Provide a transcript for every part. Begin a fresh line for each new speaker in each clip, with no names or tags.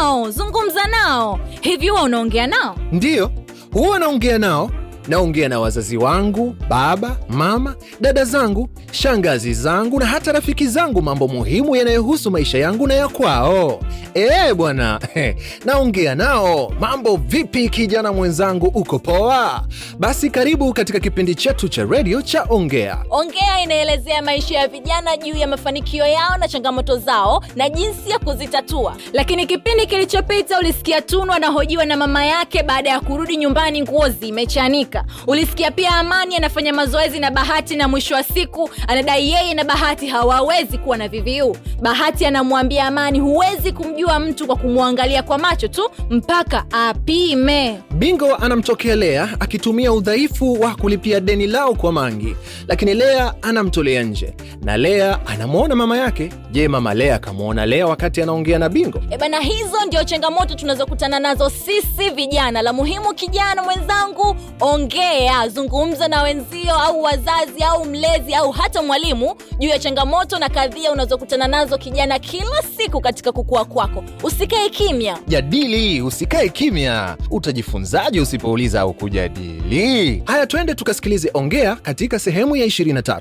Oh,
simu, zungumza nao. Hivi huwa unaongea nao?
Ndiyo, huwa naongea nao. Naongea na wazazi wangu, baba, mama, dada zangu, shangazi zangu na hata rafiki zangu, mambo muhimu yanayohusu maisha yangu na ya kwao. Ee bwana, naongea nao. Mambo vipi, kijana mwenzangu, uko poa? Basi karibu katika kipindi chetu cha redio cha Ongea.
Ongea inaelezea maisha ya vijana juu ya mafanikio yao na changamoto zao na jinsi ya kuzitatua. Lakini kipindi kilichopita ulisikia Tunu anahojiwa na mama yake baada ya kurudi nyumbani, nguo zimechanika. Ulisikia pia Amani anafanya mazoezi na Bahati, na mwisho wa siku anadai yeye na Bahati hawawezi kuwa na VVU. Bahati anamwambia Amani, huwezi kumjua mtu kwa kumwangalia kwa macho tu mpaka apime.
Bingo anamtokea Lea akitumia udhaifu wa kulipia deni lao kwa Mangi, lakini Lea anamtolea nje na Lea anamwona mama yake. Je, mama Lea akamwona Lea wakati anaongea na Bingo?
E bana, hizo ndio changamoto tunazokutana nazo sisi vijana. La muhimu, kijana mwenzangu, ongea, zungumza na wenzio au wazazi au mlezi au hata mwalimu juu ya changamoto na kadhia unazokutana nazo kijana kila siku katika kukua kwako. Usikae kimya.
Jadili, usikae kimya. Utajifunzaje usipouliza au kujadili? Haya, twende tukasikilize Ongea katika sehemu ya 23.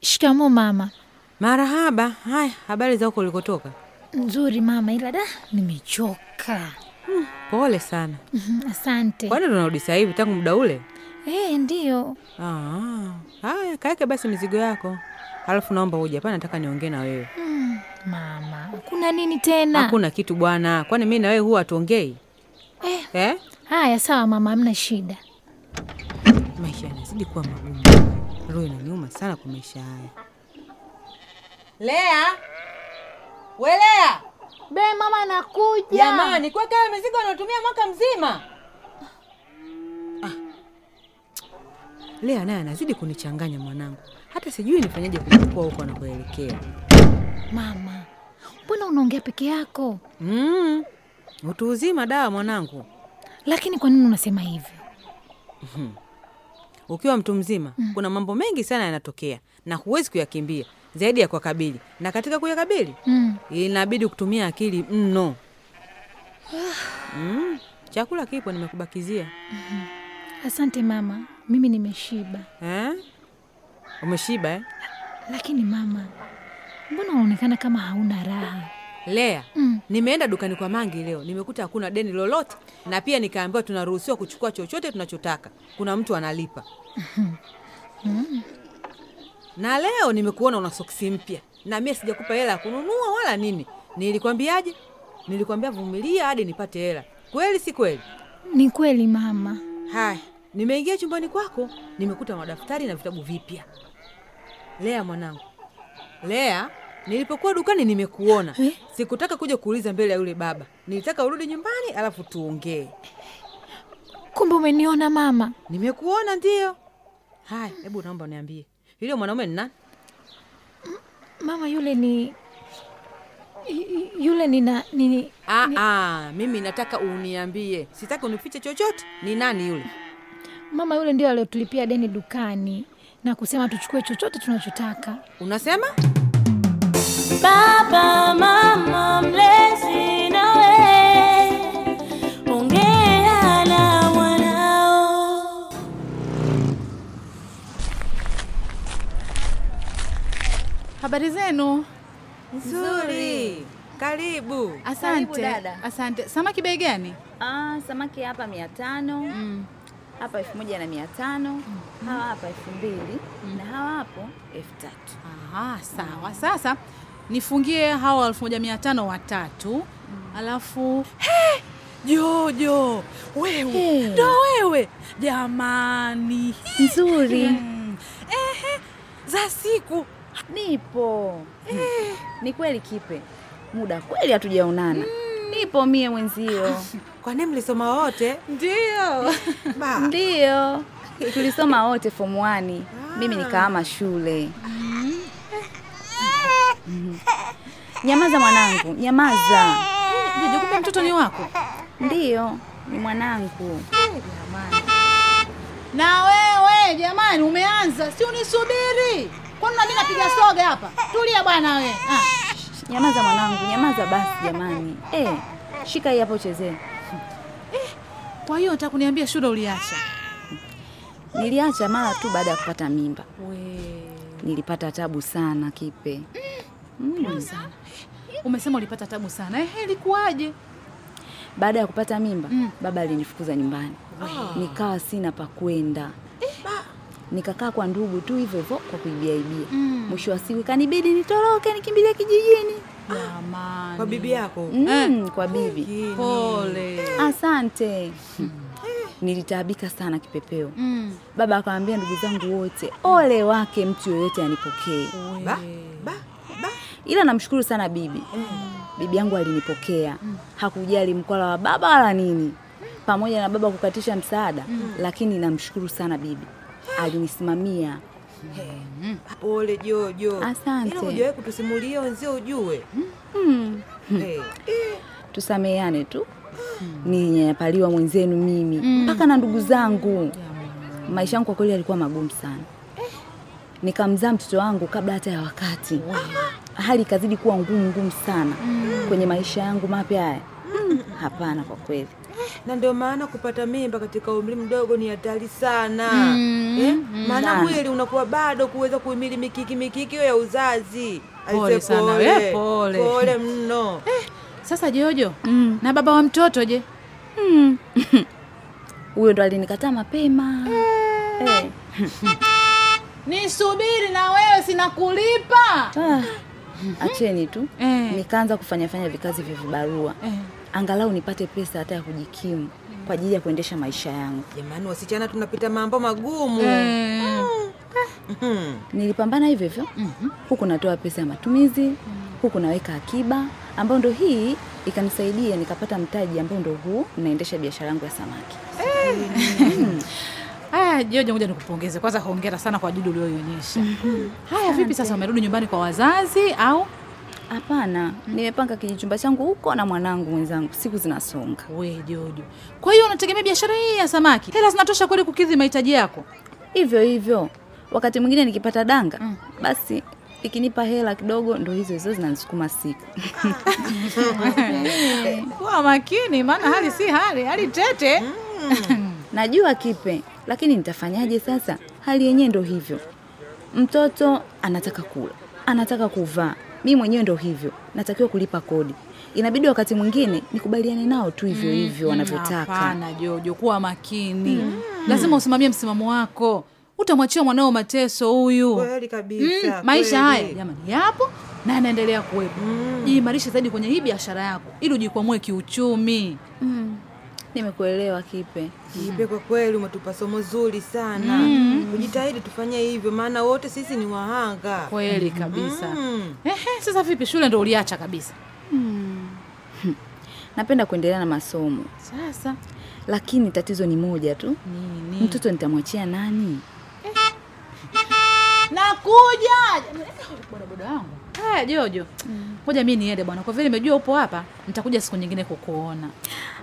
Shikamo mama.
Marahaba. Haya, habari za huko ulikotoka?
Nzuri mama, ila da nimechoka.
Pole sana.
Mhm, Asante.
Kwani tunarudi sasa hivi tangu muda ule?
Eh, ndiyo.
Ah, haya kaeke basi mizigo yako, halafu naomba uje hapa, nataka niongee na wewe.
Mm, mama, kuna nini tena?
Hakuna kitu bwana, kwani mi na wewe huwa hatuongei
Eh,
eh?
haya sawa mama, hamna shida.
Maisha yanazidi kuwa magumu, roho inaniuma sana kwa maisha haya. Lea welea,
Be mama nakuja.
jamani, kweka wewe mizigo unaotumia mwaka mzima. Ah. Lea naye anazidi kunichanganya mwanangu, hata sijui nifanyaje kumchukua huko anakoelekea.
Mama, mbona unaongea peke yako?
Mm. Utu uzima dawa mwanangu.
Lakini kwa nini unasema hivyo?
Ukiwa mtu mzima mm. kuna mambo mengi sana yanatokea na huwezi kuyakimbia zaidi ya kuyakabili, na katika kuyakabili
Mm.
inabidi kutumia akili mno. mm. Chakula kipo, nimekubakizia
Asante mama, mimi nimeshiba.
eh? Umeshiba eh?
Lakini mama, mbona unaonekana kama hauna raha?
Lea
Mm.
nimeenda dukani kwa Mangi leo, nimekuta hakuna deni lolote, na pia nikaambiwa tunaruhusiwa kuchukua chochote tunachotaka, kuna mtu analipa. na leo nimekuona una soksi mpya, na mie sijakupa hela ya kununua wala nini. Nilikwambiaje? Nilikwambia vumilia hadi nipate hela. Kweli si kweli?
Ni kweli mama.
Haya, nimeingia chumbani kwako, nimekuta madaftari na vitabu vipya. Lea mwanangu, Lea, nilipokuwa dukani nimekuona
Eh?
sikutaka kuja kuuliza mbele ya yule baba, nilitaka urudi nyumbani alafu tuongee.
Kumbe umeniona mama.
Nimekuona ndiyo. Haya, hebu naomba niambie, yule mwanaume ni nani?
Mama yule ni y- y- yule nina nini?
Ah, ah, mimi nataka uniambie, sitaki unifiche chochote. Ni nani yule?
Mama yule ndio aliyotulipia deni dukani na kusema tuchukue chochote tunachotaka.
Unasema
Baba, mama, mlezi nawe, ongea na mwanao.
Habari zenu.
nzuri, karibu.
Asante.
dada.
Asante. Samaki bei gani?
Ah, samaki hapa mia tano hapa elfu moja na mia tano hawa hapa elfu mbili na hawa hapo elfu tatu
Aha, sawa. Sasa nifungie hawa 1500 watatu.
Mm.
Alafu Hey! Jojo, wewe
Hey.
ndo wewe jamani,
nzuri
Mm. ehe, za siku
nipo
Hmm.
Eh, ni kweli kipe muda kweli hatujaonana
Hmm.
nipo mie mwenzio
Kwani mlisoma wote?
ndio
Ba.
ndiyo tulisoma wote fomu wani
Ah.
mimi nikahama shule
Hmm.
Mhm. nyamaza mwanangu nyamaza
Jojo, kumbe mtoto ni wako.
ndiyo ni mwanangu
Na wewe Ah, jamani, umeanza si unisubiri? Kwani nami napiga soga hapa? Tulia bwana wewe. Ah.
Nyamaza mwanangu, nyamaza basi jamani. Eh, shika hii hapo uchezee.
Kwa hiyo unataka kuniambia shule uliacha?
Niliacha mara tu baada ya kupata mimba.
We,
Nilipata tabu sana kipe. Mm.
umesema ulipata tabu sana. Ehe, ilikuwaje?
Baada ya kupata mimba,
Mm.
baba alinifukuza nyumbani.
Ah.
Nikawa sina pa kwenda.
Eh,
Nikakaa kwa ndugu tu hivyo hivyo kwa kuibiaibia.
Mm.
Mwisho wa siku kanibidi nitoroke nikimbilie kijijini.
Jamani.
Kwa bibi yako
Mm, kwa bibi.
Eh. Pole. Eh.
Asante. Nilitaabika sana kipepeo.
Mm.
Baba akamwambia ndugu zangu wote, ole wake mtu yoyote anipokee.
ba ba ba
Ila namshukuru sana bibi. Bibi yangu alinipokea, hakujali mkwala wa baba wala nini, pamoja na baba kukatisha msaada, lakini namshukuru sana bibi, alinisimamia.
pole Jojo.
Asante.
Ila hujawahi kutusimulia wenzio ujue. Eh, eh,
Tusameane tu, nilinyanyapaliwa mwenzenu mimi mpaka na ndugu zangu. Maisha yangu kwa kweli yalikuwa magumu sana. Nikamzaa mtoto wangu kabla hata ya wakati. Hali ikazidi kuwa ngumu ngumu sana kwenye maisha yangu mapya haya. Hapana, kwa kweli
Na ndio maana kupata mimba katika umri mdogo ni hatari sana.
Mm-hmm.
Eh, maana
Sana.
mwili unakuwa bado kuweza kuhimili mikiki mikiki ya uzazi. Aise,
Pole sana, we, pole.
Pole mno.
Sasa Jojo, na baba wa mtoto je?
huyo ndo alinikataa mapema eh.
Nisubiri na wewe sinakulipa.
Ah, acheni tu
Eh.
nikaanza kufanyafanya vikazi vya vibarua
Eh. Mm.
angalau nipate pesa hata ya kujikimu kwa ajili ya kuendesha maisha yangu
Jamani, wasichana tunapita mambo magumu.
Eh.
Mhm.
nilipambana hivyo hivyo
Mhm.
huku natoa pesa ya matumizi
Mm.
huku naweka akiba ambayo ndo hii ikanisaidia nikapata mtaji ambao ndo huu naendesha biashara yangu ya samaki
Aya, Ah. Jojo, ngoja nikupongeze kwanza. Hongera sana kwa juhudi ulioionyesha. Haya, vipi sasa, umerudi nyumbani kwa wazazi au?
hapana
Mm.
nimepanga kijichumba changu huko na mwanangu mwenzangu siku zinasonga
We Jojo, kwa hiyo unategemea biashara hii ya samaki? Hela zinatosha kweli kukidhi mahitaji yako?
hivyo hivyo wakati mwingine nikipata danga
Mm.
basi ikinipa hela kidogo ndo hizo hizo zinanisukuma siku
Kuwa makini, maana hali si hali, hali tete.
najua kipe lakini nitafanyaje sasa hali yenyewe ndo hivyo mtoto anataka kula anataka kuvaa mi mwenyewe ndo hivyo natakiwa kulipa kodi inabidi wakati mwingine nikubaliane nao tu hivyo hivyo wanavyotaka
Mm, Hapana Jojo, kuwa makini,
Mm.
lazima usimamie msimamo wako. Utamwachia mwanao mateso huyu.
Kweli kabisa.
Mm, maisha
kweli. Mm.
haya jamani yapo na yanaendelea kuwepo. Jiimarishe zaidi kwenye hii biashara yako ili ujikwamue kiuchumi.
nimekuelewa kipe
Kipe, kwa kweli umetupa somo zuri sana.
Mm.
Ujitahidi tufanye hivyo, maana wote sisi ni wahanga.
Kweli kabisa.
Mm.
Ehe, sasa vipi shule ndo uliacha kabisa?
napenda kuendelea na masomo
Sasa
lakini tatizo ni moja tu
nini?
mtoto nitamwachia nani
Nakuja. Bwana boda wangu. Haya Jojo.
Mm.
Ngoja mimi niende bwana. Kwa vile nimejua upo hapa, nitakuja siku nyingine kukuona.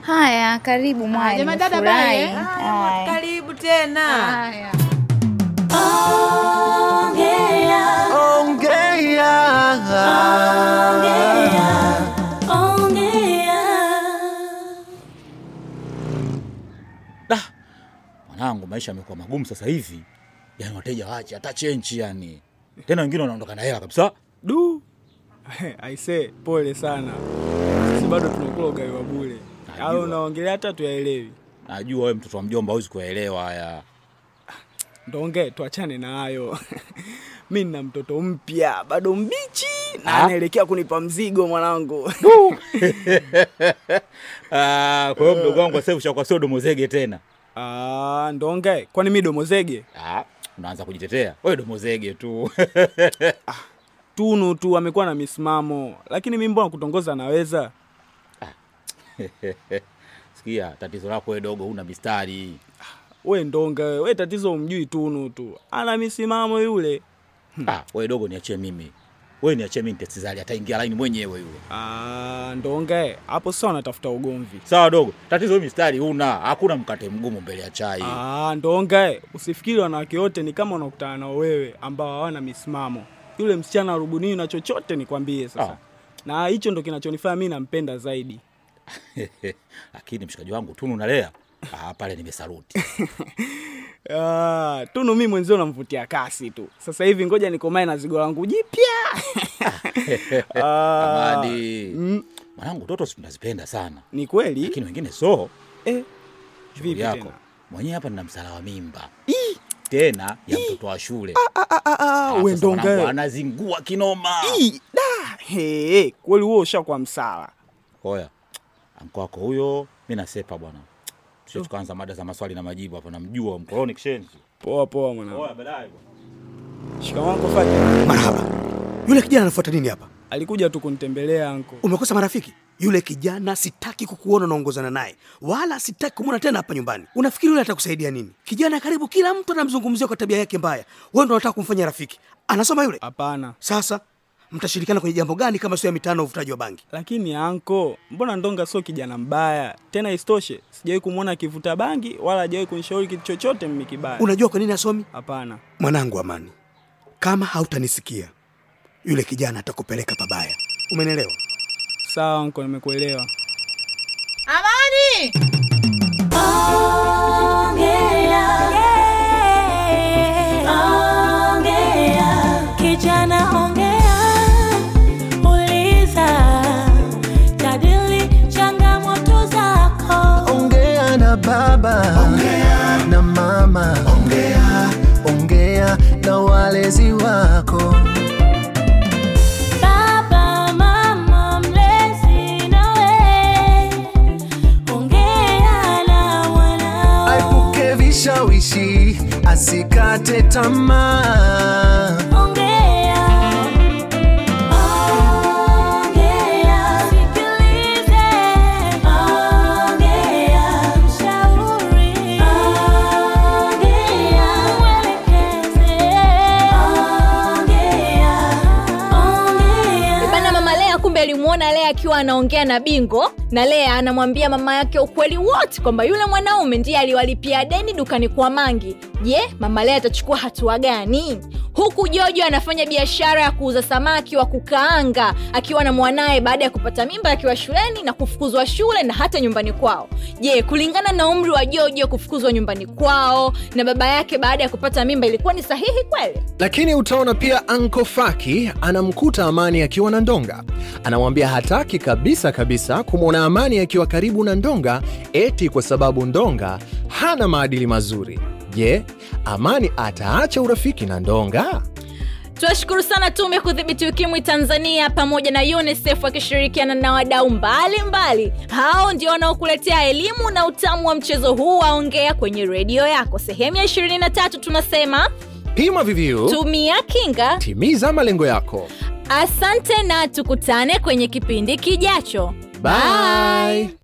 haya karibu
Ah,
mwaya
jamani, dada, bye,
nimefurahi.
eh.
Haya.
Karibu tena.
Haya.
Ongea, ongea.
Da, mwanangu, maisha yamekuwa magumu sasa hivi, yaani wateja wache hata chenchi, yani tena wengine wanaondoka na hela kabisa.
Du, aise, pole sana. Sisi bado tunakula ugali wa bure,
Najua.
au unaongelea hata tuyaelewi.
Najua wewe mtoto wa mjomba huwezi kuyaelewa haya.
Ndonge, tuachane na hayo. Mi nina mtoto mpya bado mbichi na
Ah.
anaelekea kunipa mzigo mwanangu.
Ah, kwa hiyo mdogo wangu sasa hivi ushakuwa sio domozege tena.
Ah, Ndonge, kwani mi domozege
Ah, unaanza kujitetea wewe, domozege tu.
tunu tu amekuwa na misimamo, lakini mi mbona kutongoza naweza?
Sikia, tatizo lako wewe dogo, huna mistari.
We Ndonge, we tatizo umjui tunu tu, ana misimamo yule.
Ah, wewe dogo, niachie mimi, wewe niachie mimi, nitesizali ataingia laini mwenyewe yule.
Ah, Ndonge, hapo sasa unatafuta ugomvi.
Sawa dogo, tatizo wewe mistari huna, hakuna mkate mgumu mbele ya chai.
Ah, ndonga, usifikiri wanawake wote ni kama unakutana nao wewe ambao hawana misimamo. Yule msichana arubuniwi na chochote nikwambie sasa.
Ah,
na hicho ndo kinachonifanya mi nampenda zaidi.
lakini mshikaji wangu Tunu nalea ah, pale nimesaluti
Ah, Tunu mi mwenzio namvutia kasi tu. Sasa hivi ngoja nikomae na zigo langu jipya. Ah,
Amadi.
mm,
mwanangu, toto si tunazipenda sana,
ni kweli
lakini wengine so
eh,
shughuli
vipi
yako
tena?
mwenyewe. Hapa nina msala wa mimba tena ya mtoto wa shule
Ah,
Sasa
we ndo
mwanangu
ngae.
anazingua kinoma.
Ii, da, he, kweli huo ushakuwa msala.
Oya, anko wako huyo, mi nasepa bwana. Tusije tukaanza mada za maswali na majibu hapa, namjua mkoloni kishenzi.
Poa poa mwanangu.
Oya, baadaye bwana.
Shikamoo Uncle Fati.
Marhaba. Yule kijana anafuata nini hapa?
Alikuja tu kunitembelea anko.
Umekosa marafiki? Yule kijana sitaki kukuona unaongozana naye, wala sitaki kumwona tena hapa nyumbani. Unafikiri yule atakusaidia nini? Kijana karibu kila mtu anamzungumzia kwa tabia yake mbaya, wewe ndo unataka kumfanya rafiki. Anasoma yule?
Hapana.
Sasa mtashirikiana kwenye jambo gani kama sio ya mitano uvutaji wa bangi?
Lakini anko, mbona Ndonga sio kijana mbaya? Tena isitoshe, sijawahi kumwona akivuta bangi wala hajawahi kunishauri kitu chochote mimi kibaya.
Unajua kwa nini asomi?
Hapana.
Mwanangu Amani, kama hautanisikia yule kijana atakupeleka pabaya. Umenielewa?
Sawa anko, nimekuelewa.
Amani!
Ongea, ongea, kijana ongea, uliza, jadili changamoto zako.
ongea na baba ongea. na mama ongea. ongea na walezi wako
Baba, mama, mlezi nawe, ongea na wanao,
aepuke vishawishi asikate tamaa
ongea, ongea, sikilize, ongea, mshauri, ongea, mwelekeze, ongea, ongea.
Bana, mama Lea kumbe alimwona Lea akiwa anaongea na Bingo, na Lea anamwambia mama yake ukweli wote kwamba yule mwanaume ndiye aliwalipia deni dukani kwa Mangi. Je, mama Lea atachukua hatua gani? Huku Jojo anafanya biashara ya kuuza samaki wa kukaanga akiwa na mwanaye baada ya kupata mimba akiwa shuleni na kufukuzwa shule na hata nyumbani kwao. Je, kulingana na umri wa Jojo kufukuzwa nyumbani kwao na baba yake baada ya kupata mimba ilikuwa ni sahihi kweli?
Lakini utaona pia Anko Faki anamkuta Amani akiwa na Ndonga, anamwambia hataki kabisa kabisa kumwona Amani akiwa karibu na Ndonga, eti kwa sababu Ndonga hana maadili mazuri. Je, Amani ataacha urafiki na Ndonga?
Tunashukuru sana Tume ya Kudhibiti Ukimwi Tanzania pamoja na UNICEF wakishirikiana na wadau mbalimbali. Hao ndio wanaokuletea elimu na utamu wa mchezo huu waongea kwenye redio yako. Sehemu ya 23 tunasema
Pima VVU,
tumia kinga.
timiza malengo yako.
Asante na tukutane kwenye kipindi kijacho. Bye.
Bye.